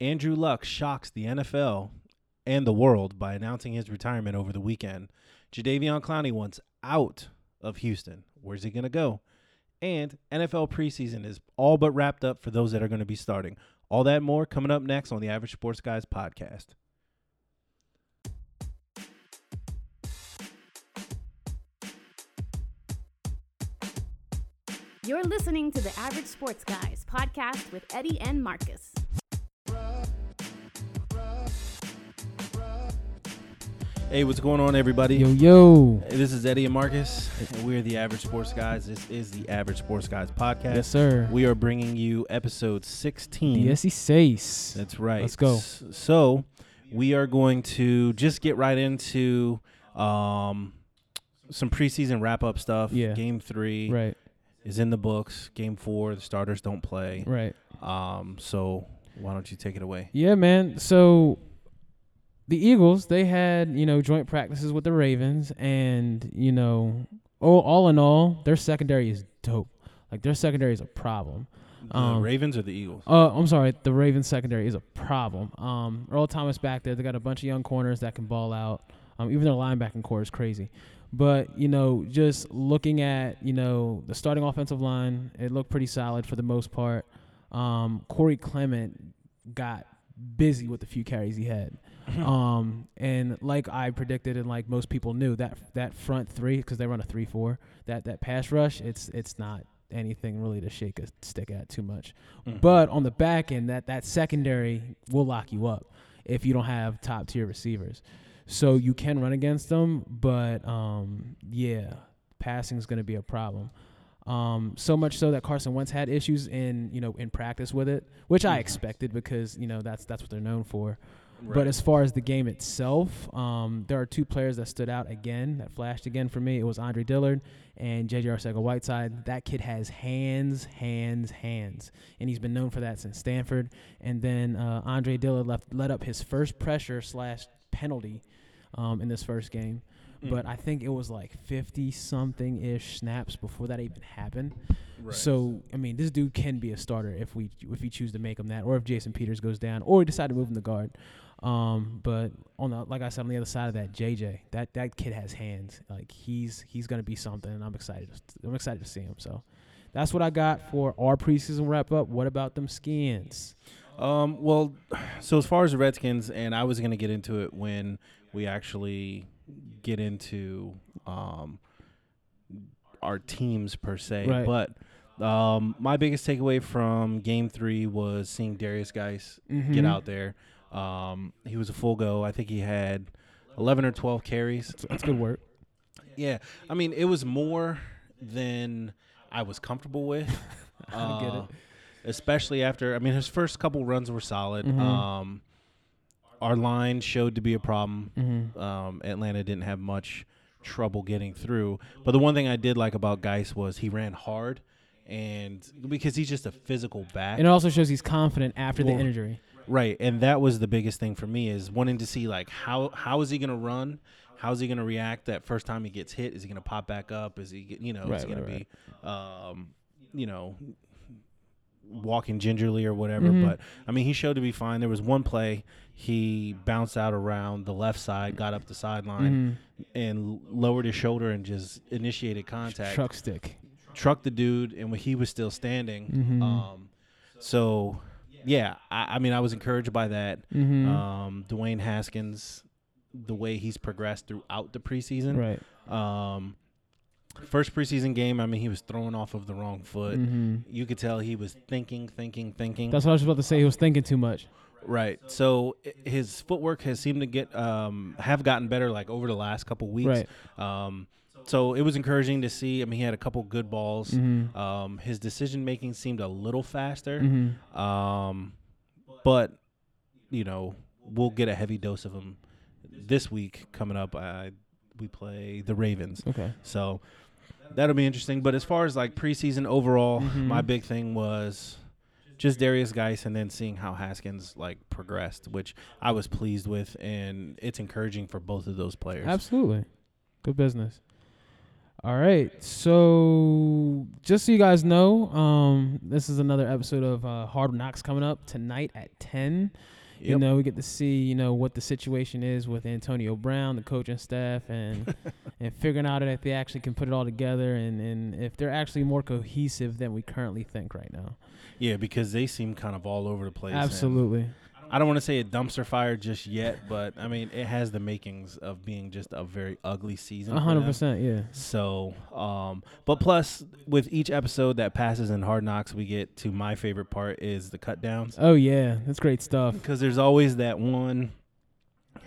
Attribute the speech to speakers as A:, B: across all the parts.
A: Andrew Luck shocks the NFL and the world by announcing his retirement over the weekend. Jadavion Clowney wants out of Houston. Where's he going to go? And NFL preseason is all but wrapped up for those that are going to be starting. All that more coming up next on the Average Sports Guys podcast.
B: You're listening to the Average Sports Guys podcast with Eddie and Marcus.
A: Hey, what's going on, everybody?
C: Yo, yo.
A: Hey, This is Eddie and Marcus, and we're the Average Sports Guys. This is the Average Sports Guys podcast.
C: Yes, sir.
A: We are bringing you episode 16.
C: Yes, he says.
A: That's right.
C: Let's go.
A: S- So, we are going to just get right into um, some preseason wrap up stuff.
C: Yeah.
A: Game three
C: Right,
A: is in the books. Game four, the starters don't play.
C: right.
A: Um, so, why don't you take it away?
C: Yeah, man. So the Eagles, they had, you know, joint practices with the Ravens and, you know, oh, all in all, their secondary is dope. Like their secondary is a problem.
A: the
C: Um,
A: Ravens or the Eagles?
C: Uh, I'm sorry, the Ravens secondary is a problem. Um, Earl Thomas back there. They got a bunch of young corners that can ball out. Um, even their linebacking core is crazy. But you know, just looking at you know the starting offensive line, it looked pretty solid for the most part. Um, Corey Clement got busy with the few carries he had.
A: Hmm.
C: um, and like I predicted, and like most people knew, that that front three because they run a three-four. That that pass rush, it's it's not anything really to shake a stick at too much.
A: Mm-hmm.
C: But on the back end, that that secondary will lock you up if you don't have top tier receivers. So you can run against them, but um, yeah, passing is going to be a problem. Um, so much so that Carson Wentz had issues in you know in practice with it, which I expected because you know that's that's what they're known for. But as far as the game itself, um, there are two players that stood out again, that flashed again for me. It was Andre Dillard and J.J. Arcega-Whiteside. That kid has hands, hands, hands, and he's been known for that since Stanford. And then uh, Andre Dillard left, let up his first pressure slash penalty um, in this first game. But I think it was like 50 something ish snaps before that even happened. So I mean, this dude can be a starter if we if we choose to make him that, or if Jason Peters goes down, or we decide to move him to guard. Um, but on the like I said, on the other side of that, JJ, that that kid has hands. Like he's he's gonna be something, and I'm excited. I'm excited to see him. So that's what I got for our preseason wrap up. What about them skins?
A: Um, well, so as far as the Redskins, and I was going to get into it when we actually get into um, our teams per se.
C: Right.
A: But um, my biggest takeaway from Game Three was seeing Darius Geis get
C: Mm-hmm.
A: out there. Um, he was a full go. I think he had eleven or twelve carries.
C: That's good work.
A: Yeah, I mean it was more than I was comfortable with. Uh,
C: I get it.
A: Especially after, I mean, his first couple runs were solid.
C: Mm-hmm.
A: Um, our line showed to be a problem.
C: Mm-hmm.
A: Um, Atlanta didn't have much trouble getting through. But the one thing I did like about Geis was he ran hard, and because he's just a physical back,
C: And it also shows he's confident after
A: Well,
C: the injury.
A: right? And that was the biggest thing for me is wanting to see like how how is he gonna run. How's he going to react that first time he gets hit? Is he going to pop back up? Is he, g- you know, is
C: Right,
A: he going to
C: right,
A: be, um, you know, walking gingerly or whatever.
C: Mm-hmm.
A: But I mean, he showed to be fine. There was one play he bounced out around the left side, got up the
C: Mm-hmm.
A: sideline, and lowered his shoulder and just initiated contact.
C: Truck stick.
A: Trucked the dude, and when he was still standing.
C: Mm-hmm.
A: Um, so. Yeah, I, I mean, I was encouraged by that.
C: Mm-hmm.
A: Um, Dwayne Haskins, the way he's progressed throughout the preseason,
C: Mm-hmm. Right.
A: um, first preseason game, I mean, he was thrown off of the wrong foot. You could tell he was thinking, thinking, thinking.
C: Mm-hmm. That's what I was about to say. He was thinking too much.
A: right. So i- his footwork has seemed to get um, have gotten better like over the last couple weeks. Um, so it was encouraging to see. I mean, he had a couple good balls.
C: Mm-hmm.
A: Um, his decision making seemed a little faster.
C: Mm-hmm.
A: Um, but you know, we'll get a heavy dose of him this week coming up. I, we play the Ravens.
C: Okay.
A: So that'll be interesting. But as far as like preseason overall,
C: Mm-hmm.
A: my big thing was just Darius Geis and then seeing how Haskins like progressed, which I was pleased with, and it's encouraging for both of those players.
C: Absolutely. Good business. All right. So just so you guys know, um, this is another episode of uh, Hard Knocks coming up tonight at ten. You
A: Yep.
C: know, we get to see you know what the situation is with Antonio Brown, the coaching staff, and and figuring out if they actually can put it all together and and if they're actually more cohesive than we currently think right now.
A: Yeah, because they seem kind of all over the place. and
C: Absolutely.
A: I don't want to say a dumpster fire just yet, but I mean it has the makings of being just a very ugly season.
C: A
A: for
C: hundred
A: them.
C: percent. Yeah.
A: So, um, but plus with each episode that passes in Hard Knocks, we get to my favorite part is the cut downs
C: Oh yeah, that's great stuff.
A: because there's always that one.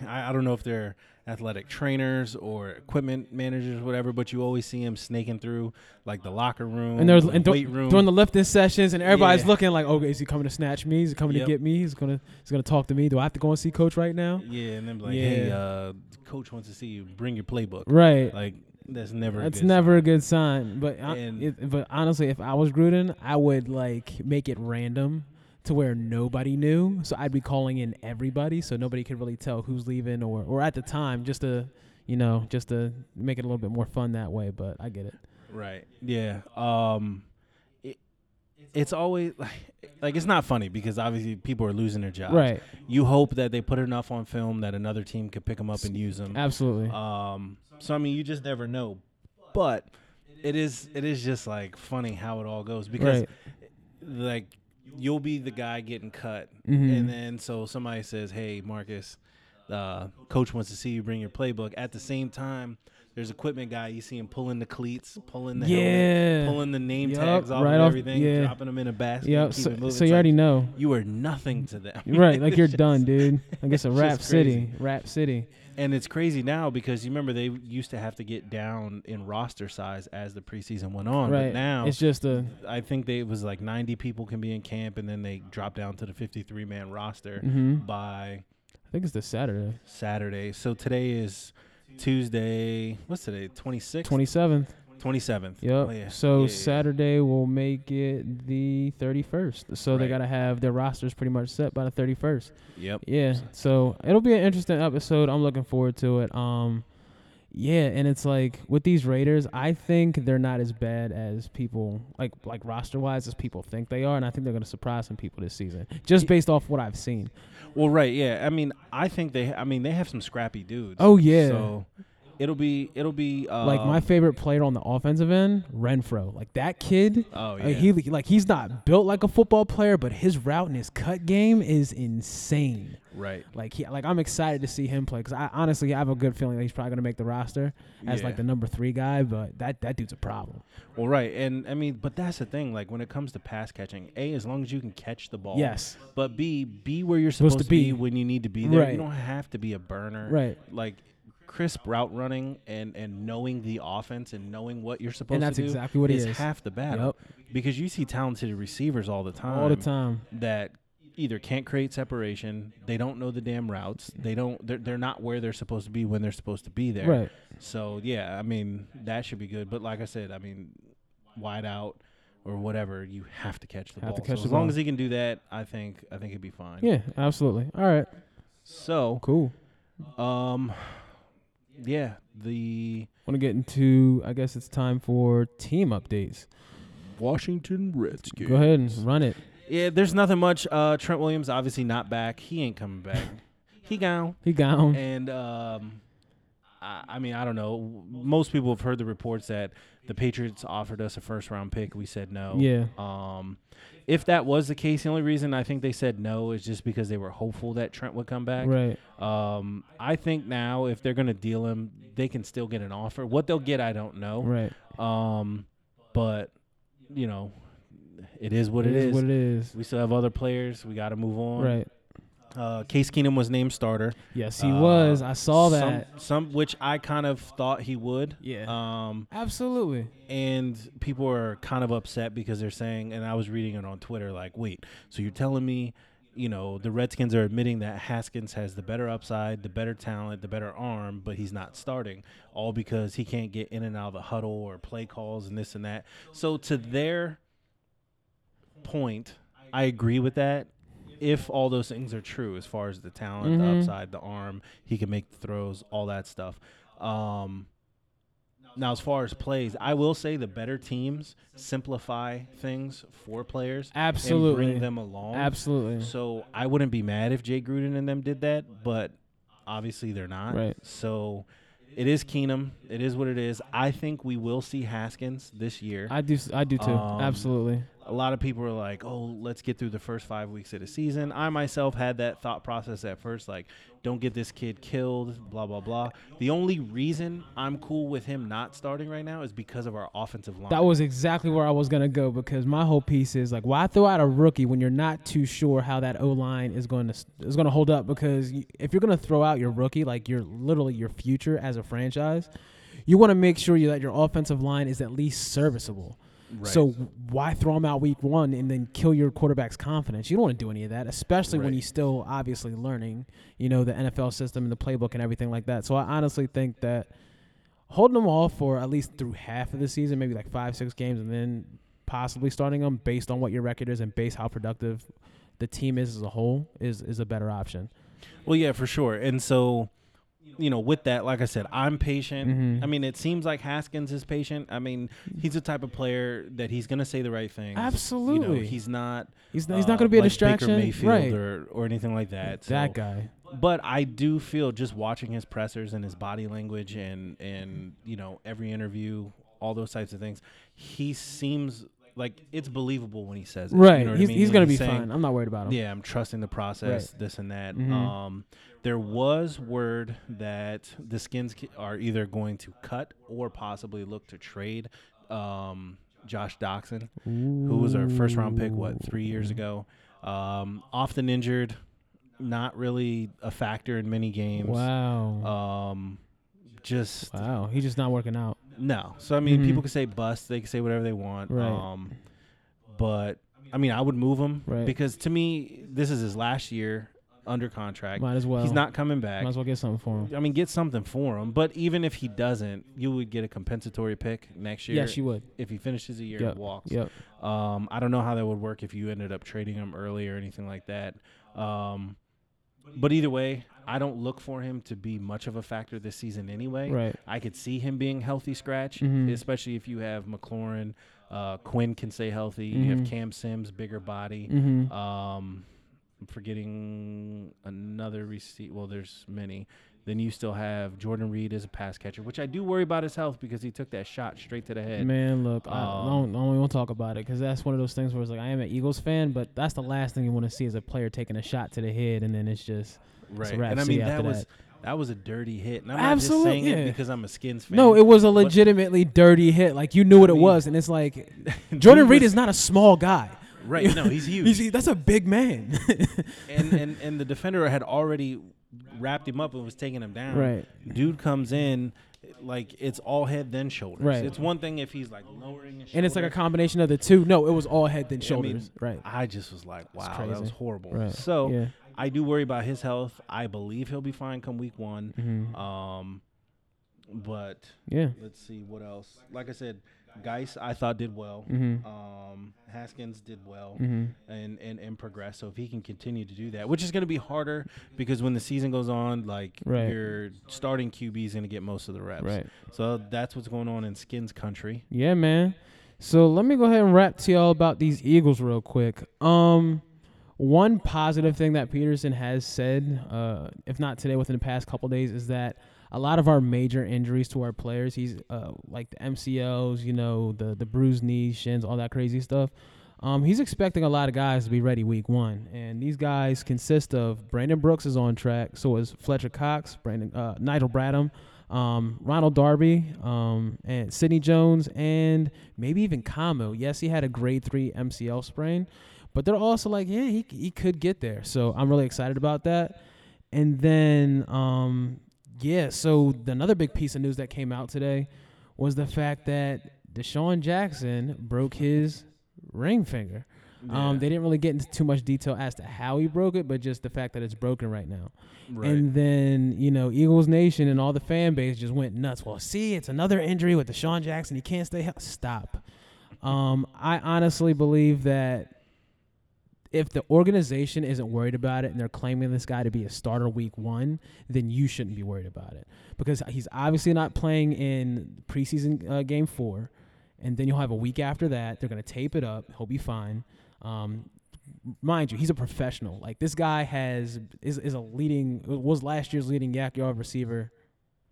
A: I, I don't know if they're athletic trainers or equipment managers, whatever, but you always see them snaking through like the locker room
C: And there's
A: the
C: and
A: weight room.
C: dur- during the lifting sessions, and everybody's
A: Yeah.
C: looking like, "Okay, is he coming to snatch me? Is he coming
A: Yep.
C: to get me? He's gonna he's gonna talk to me. Do I have to go and see coach right now?"
A: yeah, and then be like, hey,
C: Yeah.
A: uh, coach wants to see you. Bring your playbook.
C: Right.
A: Like that's never. a
C: That's
A: good
C: never a good sign. But I,
A: And-
C: it, but honestly, if I was Gruden, I would like make it random to where nobody knew. So I'd be calling in everybody, so nobody could really tell who's leaving or or at the time, just to you know, just to make it a little bit more fun that way. But I get it.
A: Right. Yeah. Um it, it's always like, like it's not funny because obviously people are losing their jobs.
C: Right.
A: You hope that they put enough on film that another team could pick them up and use them.
C: Absolutely.
A: Um so I mean you just never know. But it is it is just like funny how it all goes because
C: Right.
A: like you'll be the guy getting cut
C: Mhm.
A: and then so somebody says, "Hey, Marcus, uh, coach wants to see you bring your playbook." At the same time, there's equipment guy. You see him pulling the cleats, pulling the
C: Yeah.
A: helmet, pulling the name
C: Yup,
A: tags off
C: right
A: of
C: off-
A: everything,
C: yeah.
A: dropping them in a basket.
C: Yeah.
A: and keep
C: So,
A: it moving.
C: so
A: It's
C: you
A: like,
C: already know.
A: you are nothing to them.
C: Right, like
A: It's
C: you're
A: just-
C: done, dude. Like it's a
A: it's
C: rap
A: just crazy.
C: city, rap city.
A: And it's crazy now because you remember they used to have to get down in roster size as the preseason went on.
C: Right
A: But now
C: it's just a
A: I think they it was like 90 people can be in camp, and then they drop down to the 53 man roster
C: Mhm.
A: by
C: I think it's the Saturday,
A: Saturday. So today is Tuesday. What's today? 26th?
C: twenty seventh.
A: 27th.
C: Yep.
A: Oh, yeah.
C: So
A: Yeah, yeah, yeah.
C: Saturday will make it the thirty first. So they
A: Right.
C: gotta have their rosters pretty much set by the thirty first.
A: Yep.
C: Yeah. So it'll be an interesting episode. I'm looking forward to it. Um, yeah, and it's like with these Raiders, I think they're not as bad as people like like roster wise as people think they are, and I think they're gonna surprise some people this season just based off what I've seen.
A: Well, right. Yeah. I mean, I think they. I mean, they have some scrappy dudes.
C: Oh, yeah.
A: So it'll be. It'll be. Um,
C: Like my favorite player on the offensive end, Renfro. Like that kid.
A: Oh,
C: like,
A: yeah.
C: uh, he like he's not built like a football player, but his route and his cut game is insane.
A: right.
C: Like he like I'm excited to see him play because I honestly I have a good feeling that he's probably gonna make the roster as
A: Yeah.
C: like the number three guy, but that that dude's a problem.
A: Well, right. And I mean, but that's the thing. Like when it comes to pass catching, a as long as you can catch the ball.
C: Yes.
A: But b be where you're supposed, to be. when you need to be there.
C: Right.
A: You don't have to be a burner.
C: Right.
A: Like crisp route running and and knowing the offense and knowing what you're supposed
C: that's
A: to do
C: exactly what it
A: is
C: is.
A: half the battle because you see talented receivers all the time
C: All the time.
A: that either can't create separation they don't know the damn routes they don't they're, they're not where they're supposed to be when they're supposed to be there
C: Right.
A: so yeah i mean that should be good but like i said i mean wide out or whatever you have to catch the
C: Have
A: ball
C: to catch
A: so
C: the
A: as long
C: ball.
A: as he can do that i think i think he'd be fine
C: Yeah, absolutely. All right.
A: so
C: Cool.
A: um yeah the
C: Wanna get into I guess it's time for team updates.
A: washington redskins
C: Go ahead and run it.
A: Yeah, there's nothing much. Uh, Trent Williams obviously not back. He ain't coming back. he gone.
C: He gone.
A: And um, I, I mean, I don't know. Most people have heard the reports that the Patriots offered us a first round pick. We said no.
C: Yeah.
A: Um, if that was the case, the only reason I think they said no is just because they were hopeful that Trent would come back.
C: Right.
A: Um, I think now if they're gonna deal him, they can still get an offer. What they'll get, I don't know.
C: Right.
A: Um, but you know, it is what it is.
C: What it is.
A: We still have other players. We got to move on.
C: Right.
A: Uh, Case Keenum was named starter.
C: Yes, he
A: Uh,
C: was. I saw that. Uh,
A: Some, some which I kind of thought he would.
C: Yeah.
A: Um,
C: Absolutely.
A: and people are kind of upset because they're saying, and I was reading it on Twitter, like, wait, so you're telling me, you know, the Redskins are admitting that Haskins has the better upside, the better talent, the better arm, but he's not starting, all because he can't get in and out of the huddle or play calls and this and that. So to their point, I agree with that. If all those things are true, as far as the talent, the upside, the arm, he can make the throws, all that stuff. Um, Now, as far as plays, I will say the better teams simplify things for players.
C: Absolutely.
A: And bring them along.
C: Absolutely.
A: So I wouldn't be mad if Jay Gruden and them did that, but obviously they're not.
C: Right.
A: So it is Keenum. It is what it is. I think we will see Haskins this year.
C: I do. I do too.
A: Um,
C: Absolutely.
A: a lot of people are like, "Oh, let's get through the first five weeks of the season." I myself had that thought process at first, like, "Don't get this kid killed." Blah blah blah. The only reason I'm cool with him not starting right now is because of our offensive line.
C: That was exactly where I was gonna go because my whole piece is like, why throw out a rookie when you're not too sure how that O line is going to is going to hold up? Because y- if you're gonna throw out your rookie, like you're literally your future as a franchise, you want to make sure you, that your offensive line is at least serviceable.
A: Right.
C: So why throw him out week one and then kill your quarterback's confidence? You don't want to do any of that, especially when
A: Right.
C: he's still obviously learning, you know, the NFL system and the playbook and everything like that. So I honestly think that holding them all for at least through half of the season, maybe like five, six games, and then possibly starting them based on what your record is and based how productive the team is as a whole is is a better option.
A: Well, yeah, for sure. And so, you know, with that, like I said, I'm patient.
C: Mm-hmm.
A: I mean, it seems like Haskins is patient. I mean, he's the type of player that he's going to say the right thing. You know,
C: Absolutely.
A: he's not.
C: He's not, he's not
A: uh,
C: going to be a
A: like
C: distraction,
A: Baker Mayfield
C: right?
A: or, or anything like that.
C: that
A: So-
C: guy.
A: But I do feel just watching his pressers and his body language and and you know every interview, all those types of things, he seems like it's believable when he says it. You
C: Right.
A: know what I
C: he's
A: mean?
C: he's going to be
A: saying-
C: fine. I'm not worried about him.
A: yeah, I'm trusting the process, this and that.
C: Mm-hmm.
A: Um, there was word that the skins ki- are either going to cut or possibly look to trade um, Josh Doxson, who was our first round pick, what, three years ago. Um, often injured, not really a factor in many games.
C: Wow.
A: Um, just
C: Wow, he's just not working out.
A: no. So I mean,
C: Mhm.
A: people can say bust. They can say whatever they want.
C: Right.
A: Um, but I mean, I would move him
C: Right.
A: because to me, this is his last year under contract.
C: Might as well.
A: He's not coming back.
C: Might as well get something for him.
A: I mean, get something for him. But even if he doesn't, you would get a compensatory pick next year.
C: Yes, you would.
A: if he finishes a year
C: Yep.
A: and walks.
C: Yep.
A: Um, I don't know how that would work if you ended up trading him early or anything like that. Um, but either way, I don't look for him to be much of a factor this season anyway.
C: Right.
A: I could see him being healthy scratch,
C: Mhm.
A: especially if you have McLaurin. Uh, Quinn can stay healthy. You
C: Mhm.
A: have Cam Sims, bigger body.
C: hmm
A: Um, I'm forgetting another receipt. Well, there's many. Then you still have Jordan Reed as a pass catcher, which I do worry about his health because he took that shot straight to the head.
C: Man, look, I
A: Um,
C: don't, I don't even want to talk about it because that's one of those things where it's like I am an Eagles fan, but that's the last thing you want to see is a player taking a shot to the head, and then it's just
A: Right.
C: wrap.
A: And I
C: See
A: mean
C: you
A: that
C: after
A: was
C: that.
A: that was a dirty hit. And I'm not
C: Absolute-
A: just saying
C: yeah.
A: it because I'm a Skins fan.
C: no, it was a
A: But
C: legitimately dirty hit. Like you knew what it
A: mean,
C: was, and it's like Jordan
A: he
C: Reed
A: was-
C: is not a small guy.
A: right. No, he's huge.
C: He's, that's a big man.
A: and, and and the defender had already wrapped him up and was taking him down.
C: Right.
A: Dude comes in like it's all head then shoulders.
C: Right.
A: It's one thing if he's like lowering his
C: and it's like a
A: shoulder.
C: combination of the two. No, it was all head then
A: I mean,
C: shoulders. right.
A: I just was like, wow, that
C: crazy.
A: was horrible.
C: Right.
A: So
C: Yeah.
A: I do worry about his health. I believe he'll be fine come week one. Um, but
C: Yeah.
A: let's see what else. Like I said, Geis I thought did well.
C: Mhm.
A: Um, Haskins did well
C: Mhm.
A: and, and and progress. So if he can continue to do that, which is going to be harder because when the season goes on, like
C: Right.
A: your starting QB is going to get most of the reps.
C: Right.
A: So that's what's going on in Skins country.
C: Yeah, man. So let me go ahead and rap to y'all about these Eagles real quick. Um, one positive thing that Peterson has said, uh, if not today, within the past couple days, is that a lot of our major injuries to our players, he's uh, like the MCLs, you know, the the bruised knees, shins, all that crazy stuff. Um, he's expecting a lot of guys to be ready week one, and these guys consist of Brandon Brooks is on track, so is Fletcher Cox, Brandon uh, Nigel Bradham, um, Ronald Darby, um, and Sidney Jones, and maybe even Kamo. Yes, he had a grade three MCL sprain, but they're also like, yeah, he he could get there. So I'm really excited about that. And then, um, yeah, so the- another big piece of news that came out today was the fact that Deshaun Jackson broke his ring finger. Um, they didn't really get into too much detail as to how he broke it, but just the fact that it's broken right now.
A: Right.
C: And then, you know, Eagles Nation and all the fan base just went nuts. Well, see, it's another injury with Deshaun Jackson. He can't stay healthy. Stop. Um, I honestly believe that if the organization isn't worried about it and they're claiming this guy to be a starter week one, then you shouldn't be worried about it because he's obviously not playing in preseason uh, game four, and then you'll have a week after that. They're gonna tape it up. He'll be fine. Um, mind you, he's a professional. Like this guy has is is a leading was last year's leading yak yard receiver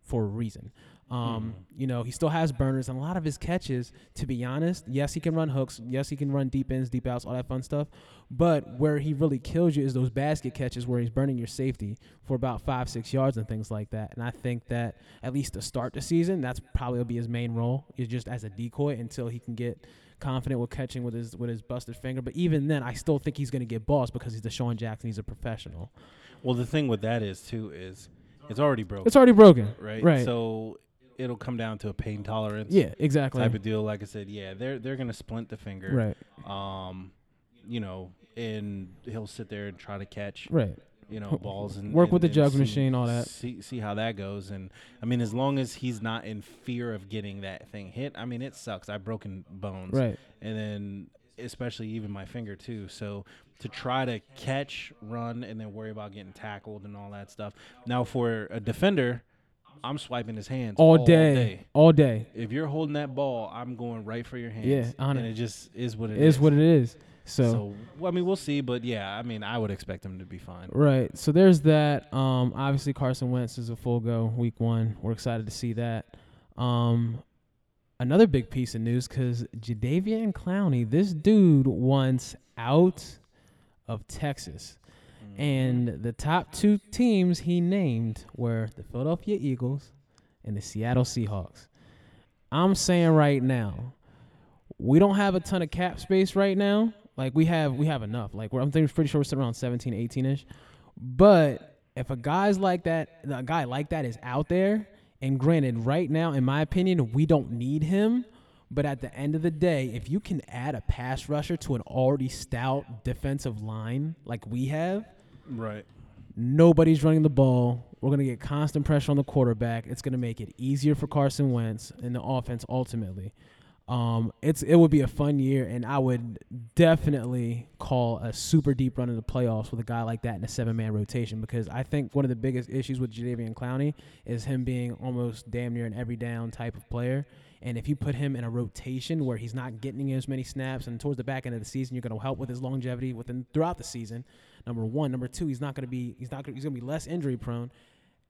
C: for a reason. Um, You know, he still has burners and a lot of his catches, to be honest, yes, he can run hooks. Yes, he can run deep ends, deep outs, all that fun stuff. But where he really kills you is those basket catches where he's burning your safety for about five, six yards and things like that. And I think that at least to start the season, that's probably will be his main role is just as a decoy until he can get confident with catching with his with his busted finger. But even then, I still think he's going to get balls because he's Deshaun Jackson. He's a professional.
A: Oh. Well, the thing with that is too is it's already broken,
C: It's already broken,
A: right?
C: Right.
A: So it'll come down to a pain tolerance,
C: yeah, exactly.
A: type of deal. Like I said, yeah, they're they're gonna splint the finger,
C: Right.
A: Um, you know, and he'll sit there and try to catch,
C: Right.
A: you know, balls and
C: Work with
A: and-
C: the jug
A: and see-
C: machine, all that.
A: See see how that goes, and I mean, as long as he's not in fear of getting that thing hit, I mean, it sucks. I've broken bones,
C: Right.
A: and then especially even my finger too. So to try to catch, run, and then worry about getting tackled and all that stuff. Now for a defender, I'm swiping his hands
C: all day, all day.
A: If you're holding that ball, I'm going right for your hands.
C: Yeah, on
A: and
C: it.
A: it just is what it
C: It is what it is. So,
A: So well, I mean, we'll see, but yeah, I mean, I would expect him to be fine.
C: right. So there's that. Um, obviously Carson Wentz is a full go week one. We're excited to see that. Um, another big piece of news because Jadavian Clowney, this dude wants out of Texas, and the top two teams he named were the Philadelphia Eagles and the Seattle Seahawks. I'm saying right now, we don't have a ton of cap space right now. Like we have we have enough. Like we're, I'm thinking pretty sure we're sitting around 17, 18 ish. But if a guy's like that, a guy like that is out there, and granted, right now, in my opinion, we don't need him. But at the end of the day, if you can add a pass rusher to an already stout defensive line like we have,
A: Right.
C: nobody's running the ball. We're going to get constant pressure on the quarterback. It's going to make it easier for Carson Wentz in the offense ultimately. Um, it's it would be a fun year, and I would definitely call a super deep run in the playoffs with a guy like that in a seven man rotation because I think one of the biggest issues with Jadavian Clowney is him being almost damn near an every down type of player. And if you put him in a rotation where he's not getting as many snaps, and towards the back end of the season, you're going to help with his longevity within throughout the season. Number one, number two, he's not going to be he's not gonna, he's going to be less injury prone,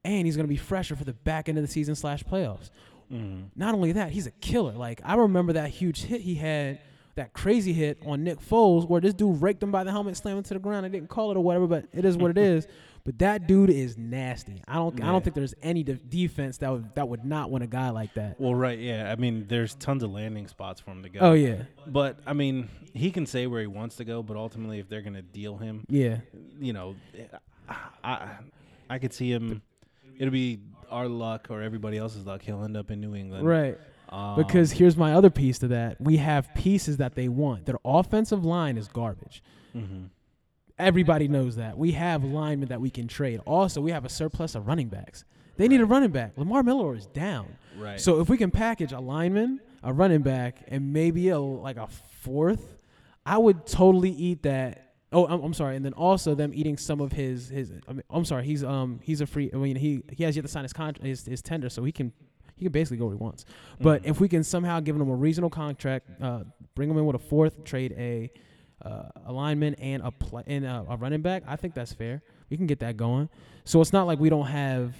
C: and he's going to be fresher for the back end of the season slash playoffs. Mm-hmm. Not only that, he's a killer. Like I remember that huge hit he had, that crazy hit on Nick Foles, where this dude raked him by the helmet, slammed him to the ground. I didn't call it or whatever, but it is what it is. But that dude is nasty. I don't I don't think there's any de- defense that would that would not want a guy like that.
A: Well, right, yeah. I mean, there's tons of landing spots for him to go.
C: Oh yeah,
A: But I mean, he can say where he wants to go, but ultimately, if they're gonna deal him,
C: yeah.
A: you know, I I could see him. It'll be our luck or everybody else's luck. He'll end up in New England,
C: Right.
A: Um,
C: Because here's my other piece to that. We have pieces that they want. Their offensive line is garbage. Everybody knows that. We have linemen that we can trade. Also, we have a surplus of running backs. They need a running back. Lamar Miller is down.
A: Right.
C: So if we can package a lineman, a running back, and maybe a like a fourth, I would totally eat that. Oh, I'm, I'm sorry. And then also them eating some of his his. I mean, I'm sorry. He's um he's a free. I mean he he has yet to sign his contract his, his tender, so he can he can basically go where he wants. But if we can somehow give him a reasonable contract, uh, bring him in with a fourth, trade a uh, a lineman and a pl- and a, a running back, I think that's fair. We can get that going. So it's not like we don't have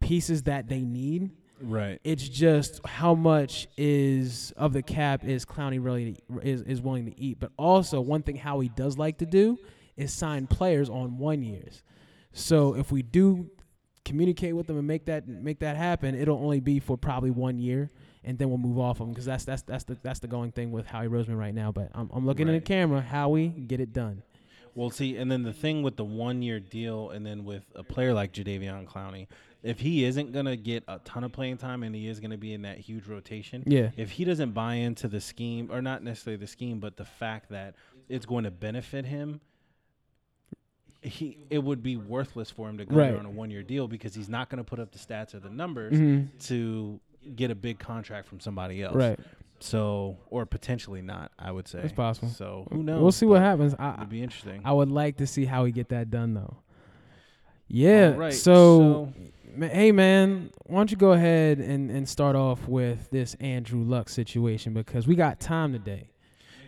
C: pieces that they need.
A: right,
C: It's just how much is of the cap is Clowney really is is willing to eat. But also one thing Howie does like to do is sign players on one years. So if we do communicate with them and make that make that happen, it'll only be for probably one year, and then we'll move off them because that's that's that's the that's the going thing with Howie Roseman right now. But I'm I'm looking in the
A: Right.
C: camera, Howie, get it done.
A: Well, see, and then the thing with the one year deal, and then with a player like Jadavion Clowney, if he isn't going to get a ton of playing time and he is going to be in that huge rotation,
C: Yeah.
A: if he doesn't buy into the scheme, or not necessarily the scheme, but the fact that it's going to benefit him. He it would be worthless for him to go
C: Right.
A: there on a one year deal because he's not going to put up the stats or the numbers to get a big contract from somebody else.
C: Mm-hmm. Right.
A: So, or potentially not, I would say.
C: It's possible.
A: So, who knows?
C: We'll see what
A: but
C: happens. I,
A: It'd be interesting.
C: I would like to see how we get that done though. Yeah.
A: All right,
C: so, ma- hey man, why don't you go ahead and, and start off with this Andrew Luck situation because we got time today.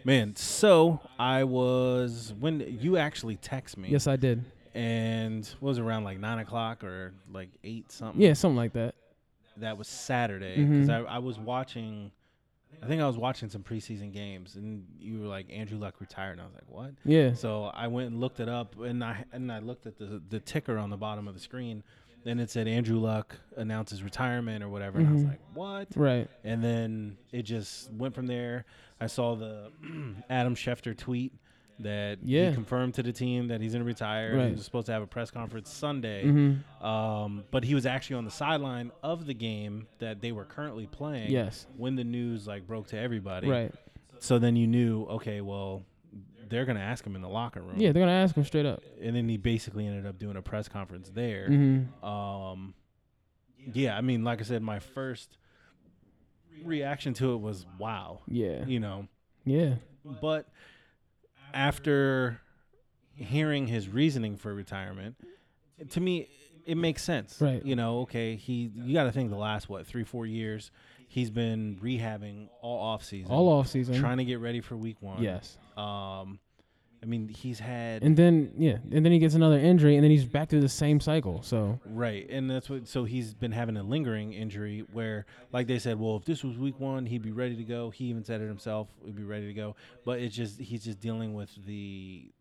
A: man, so I was when you actually text me, Mm-hmm.
C: Yes, I did.
A: and what was it, around like nine o'clock or like eight something.
C: Yeah, something like that.
A: that was Saturday
C: Mm-hmm.
A: because I, I was watching. I think I was watching some preseason games, and you were like Andrew Luck retired, and I was like, what?
C: Yeah.
A: So I went and looked it up, and I and I looked at the the ticker on the bottom of the screen, and it said Andrew Luck announces retirement or whatever, and I was
C: Mm-hmm.
A: like, what?
C: Right.
A: And then it just went from there. I saw the Adam Schefter tweet that
C: Yeah.
A: he confirmed to the team that he's going to retire.
C: Right.
A: He was supposed to have a press conference Sunday,
C: Mhm.
A: um, but he was actually on the sideline of the game that they were currently playing.
C: Yes.
A: when the news like broke to everybody.
C: Right.
A: So then you knew, okay, well, they're going to ask him in the locker room.
C: Yeah, they're gonna ask him straight up.
A: And then he basically ended up doing a press conference there.
C: hmm
A: Um, yeah, I mean, like I said, my first reaction to it was wow,
C: Yeah.
A: you know.
C: Yeah.
A: But after hearing his reasoning for retirement, to me, it makes sense.
C: Right.
A: You know, okay, he, you got to think the last, what, three, four years, he's been rehabbing all off season,
C: All off season.
A: trying to get ready for week one.
C: Yes.
A: Um, I mean, he's had.
C: And then yeah, and then he gets another injury, and then he's back through the same cycle. So
A: Right, and that's what. So he's been having a lingering injury where, like they said, well, if this was week one, he'd be ready to go. He even said it himself, he'd be ready to go. But it's just he's just dealing with the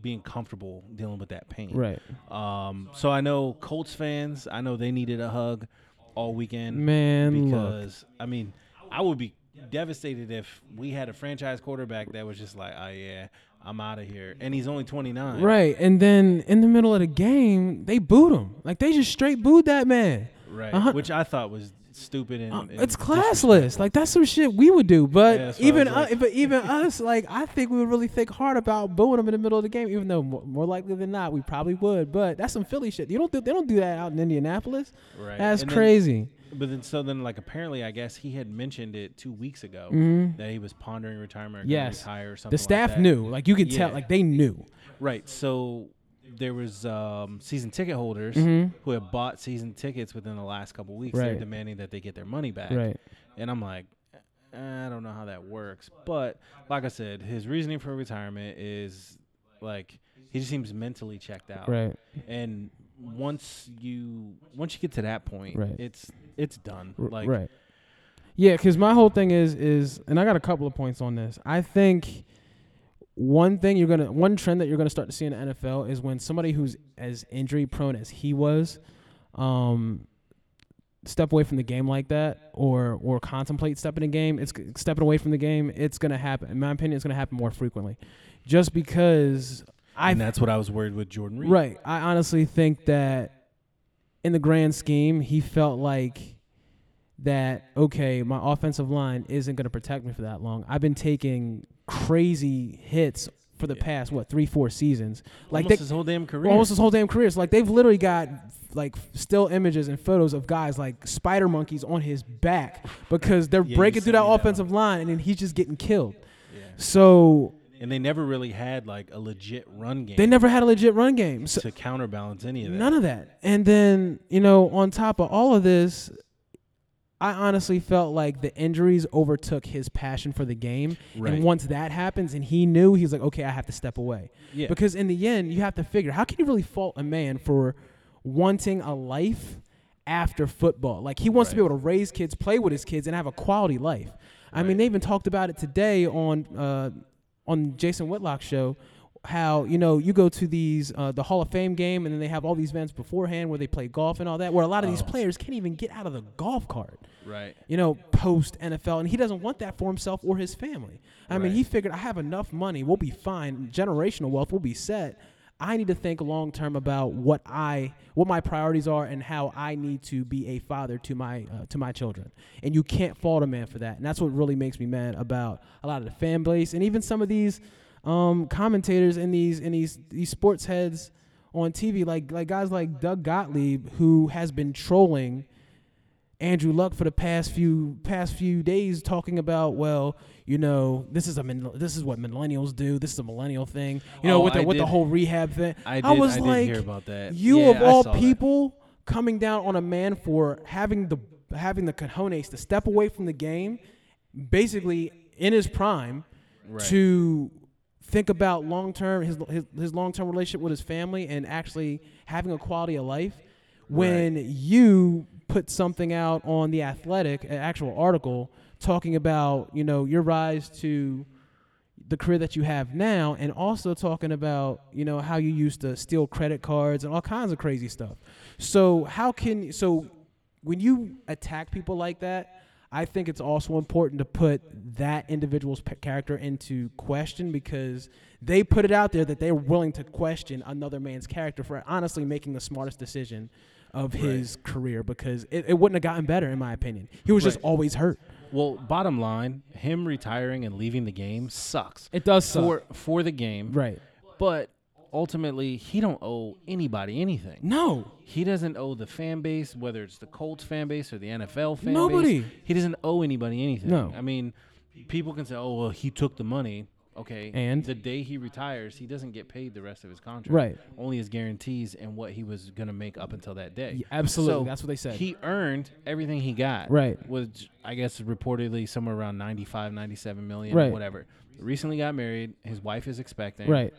A: being comfortable dealing with that pain.
C: right,
A: Um. So I know Colts fans. I know they needed a hug all weekend
C: man. Look,
A: because I mean I would be devastated if we had a franchise quarterback that was just like, oh yeah, I'm out of here, and he's only 29.
C: right, and then in the middle of the game, they booed him. Like they just straight booed that man.
A: Right.
C: Uh-huh.
A: Which I thought was stupid and,
C: Uh,
A: and
C: it's
A: disrespectful.
C: classless. Like that's some shit we would do. But
A: Yeah, that's what I
C: even
A: was
C: us,
A: like.
C: but even us, like I think we would really think hard about booing him in the middle of the game. Even though more, more likely than not, we probably would. But that's some Philly shit. You don't do, they don't do that out in Indianapolis.
A: Right.
C: That's
A: And then-
C: crazy.
A: but then, so then, like, apparently, I guess he had mentioned it two weeks ago that he was pondering retirement, or gonna
C: Mm-hmm. Yes.
A: retire or something.
C: The
A: like
C: staff
A: that.
C: knew. Like you could tell.
A: Yeah.
C: Like they knew.
A: Right. So there was um, season ticket holders who had bought season tickets within the last couple weeks.
C: Mm-hmm. Right.
A: They're demanding that they get their money back.
C: Right.
A: And I'm like, "Eh, I don't know how that works. But like I said, his reasoning for retirement is like he just seems mentally checked out.
C: Right.
A: And once you once you get to that point,
C: Right.
A: it's it's done.
C: R-
A: Like
C: right. Yeah, because my whole thing is is, and I got a couple of points on this. I think one thing you're gonna, one trend that you're gonna start to see in the NFL is when somebody who's as injury prone as he was, um, step away from the game like that, or or contemplate stepping the game. It's stepping away from the game. It's gonna happen. In my opinion, it's gonna happen more frequently, just because I
A: and that's what I was worried with Jordan Reed.
C: Right. I honestly think that in the grand scheme, he felt like that, okay, my offensive line isn't going to protect me for that long. I've been taking crazy hits for the past, what, three, four seasons. Like,
A: almost
C: they,
A: his whole damn career.
C: almost his whole damn career. So, like, they've literally got, like, still images and photos of guys like spider monkeys on his back because they're
A: you
C: breaking through
A: sent
C: that
A: me that
C: offensive line and then he's just getting killed.
A: Yeah.
C: So,
A: And they never really had like a legit run game
C: they never had a legit run game. So,
A: to counterbalance any of that.
C: None of that. And then, you know, on top of all of this, I honestly felt like the injuries overtook his passion for the game.
A: Right.
C: And once that happens and he knew, he's like, okay, I have to step away.
A: Yeah.
C: Because in the end, you have to figure how can you really fault a man for wanting a life after football? Like, he wants to be able to raise kids, play with his kids, and have a quality life. I mean, they even talked about it today on uh, on Jason Whitlock's show how you know you go to these uh, the Hall of Fame game and then they have all these events beforehand where they play golf and all that where a lot of these players can't even get out of the golf cart
A: Right.
C: you know post NFL and he doesn't want that for himself or his family. I mean
A: Right.
C: he figured I have enough money we'll be fine generational wealth will be set. I need to think long term about what I what my priorities are and how I need to be a father to my uh, to my children. And you can't fault a man for that. And that's what really makes me mad about a lot of the fan base and even some of these um, commentators and these and these these sports heads on TV like like guys like Doug Gottlieb who has been trolling Andrew Luck for the past few past few days talking about well you know this is a min- this is what millennials do this is a millennial thing you know
A: Oh,
C: with the
A: I
C: with the
A: did-
C: whole rehab thing
A: I did, I
C: was
A: did
C: like
A: hear about that.
C: you
A: Yeah,
C: of
A: I
C: all
A: saw that.
C: people coming down on a man for having the having the cojones to step away from the game basically in his prime
A: Right.
C: to think about long term his, his his long-term relationship with his family and actually having a quality of life when you put something out on the athletic an actual article talking about you know your rise to the career that you have now and also talking about you know how you used to steal credit cards and all kinds of crazy stuff so how can so when you attack people like that i think it's also important to put that individual's p- character into question because they put it out there that they're willing to question another man's character for honestly making the smartest decision of his career because it, it wouldn't have gotten better in my opinion he was just
A: Right.
C: always hurt
A: Well, bottom line, him retiring and leaving the game sucks.
C: It does suck.
A: for for the game,
C: right
A: But ultimately, he don't owe anybody anything.
C: no
A: He doesn't owe the fan base, whether it's the Colts fan base or the NFL fan
C: Nobody.
A: base. He doesn't owe anybody anything.
C: No.
A: I mean, people can say, "Oh, well, he took the money." Okay.
C: And?
A: the day he retires, he doesn't get paid the rest of his contract.
C: Right.
A: Only his guarantees and what he was gonna make up until that day.
C: Yeah, absolutely.
A: So
C: That's what they said.
A: He earned everything he got.
C: Right.
A: Which I guess reportedly somewhere around 95, 97 million,
C: Right.
A: whatever. Recently got married. His wife is expecting.
C: right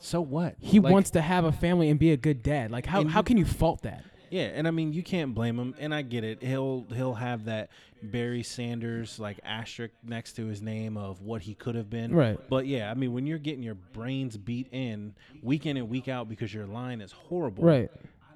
A: So what?
C: he
A: Like,
C: wants to have a family and be a good dad. Like how,
A: And
C: how
A: you-
C: can you fault that?
A: Yeah, and I mean you can't blame him, and I get it. He'll he'll have that Barry Sanders like asterisk next to his name of what he could have been.
C: Right.
A: But yeah, I mean when you're getting your brains beat in week in and week out because your line is horrible.
C: Right.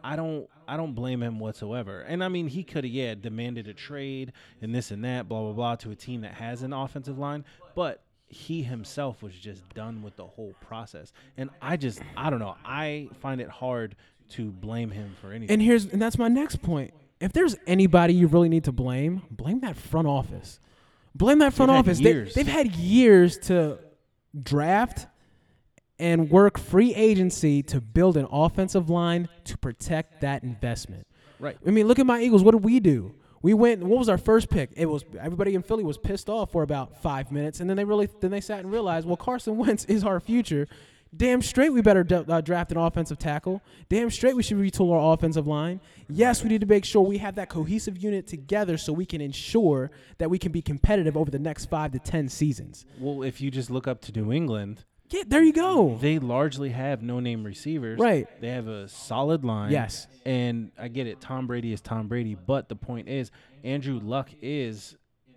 A: I don't I don't blame him whatsoever. And I mean he could have yeah demanded a trade and this and that blah blah blah to a team that has an offensive line, but he himself was just done with the whole process. And I just I don't know. I find it hard to blame him for anything.
C: And here's and that's my next point. If there's anybody you really need to blame, blame that front office. Blame that front
A: They've had
C: office. They,
A: years.
C: they've had years to draft and work free agency to build an offensive line to protect that investment.
A: Right.
C: I mean, look at my Eagles. What did we do? We went. What was our first pick? It was everybody in Philly was pissed off for about five minutes, and then they really then they sat and realized, well, Carson Wentz is our future. Damn straight, we better d- uh, draft an offensive tackle. Damn straight, we should retool our offensive line. Yes, we need to make sure we have that cohesive unit together so we can ensure that we can be competitive over the next five to ten seasons.
A: Well, if you just look up to New England,
C: Yeah, there you go.
A: they largely have no name receivers.
C: Right.
A: They have a solid line.
C: Yes.
A: And I get it. Tom Brady is Tom Brady. But the point is, Andrew Luck is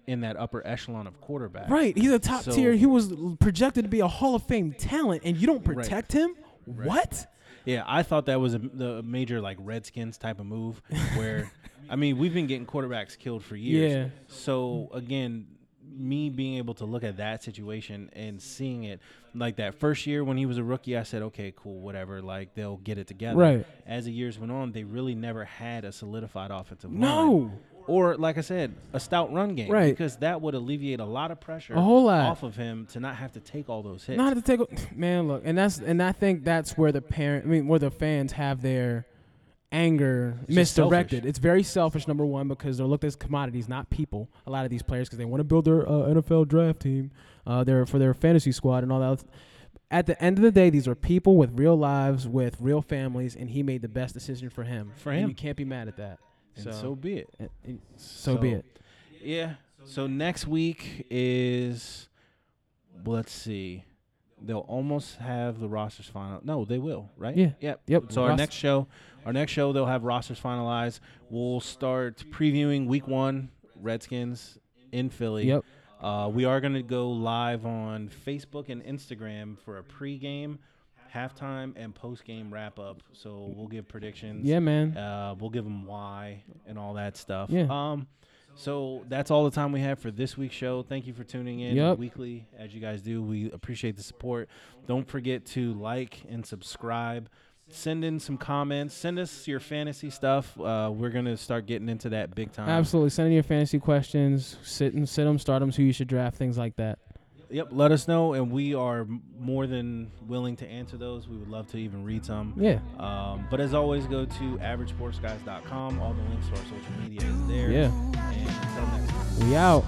A: in that upper echelon of quarterbacks.
C: Right, he's a top
A: So-
C: tier. He was l- projected to be a Hall of Fame talent, and you don't protect him. What?
A: Yeah, I thought that was a the major like Redskins type of move where I mean, we've been getting quarterbacks killed for years.
C: Yeah.
A: So again, me being able to look at that situation and seeing it like that first year when he was a rookie, I said, okay, cool, whatever. Like they'll get it together.
C: Right.
A: As the years went on, they really never had a solidified offensive
C: No.
A: line. Or like I said, a stout run game.
C: Right.
A: Because that would alleviate a lot of pressure
C: A whole lot.
A: off of him to not have to take all those hits.
C: Not to take a- man. Look, and that's and I think that's where the parent, I mean, where the fans have their anger
A: just
C: misdirected.
A: selfish.
C: It's very selfish, number one, because they're looked as commodities, not people. A lot of these players, because they want to build their uh, NFL draft team, uh, their for their fantasy squad and all that. At the end of the day, these are people with real lives, with real families, and he made the best decision for him.
A: For
C: And
A: him.
C: you can't be mad at that.
A: and so, be it.
C: and- and so be it.
A: Yeah. So next week is, well, let's see, they'll almost have the rosters final. No, they will, right?
C: Yeah.
A: Yep.
C: Yep.
A: So our
C: Ros-
A: next show, our next show, they'll have rosters finalized. We'll start previewing week one, Redskins in Philly.
C: Yep.
A: Uh, we are going to go live on Facebook and Instagram for a pregame, halftime, and postgame wrap up. So we'll give predictions.
C: Yeah, man.
A: Uh, we'll give them why and all that stuff.
C: Yeah.
A: Um, so that's all the time we have for this week's show. Thank you for tuning in
C: Yep.
A: weekly, as you guys do. We appreciate the support. Don't forget to like and subscribe. Send in some comments. Send us your fantasy stuff. Uh, we're gonna start getting into that big time.
C: Absolutely. Send in your fantasy questions. Sit and sit them, start them, who you should draft, things like that.
A: Yep, let us know, and we are m- more than willing to answer those. We would love to even read some.
C: Yeah.
A: Um, but as always, go to averagesportsguys.com. All the links to our social media is there.
C: Yeah.
A: And until next time.
C: We out.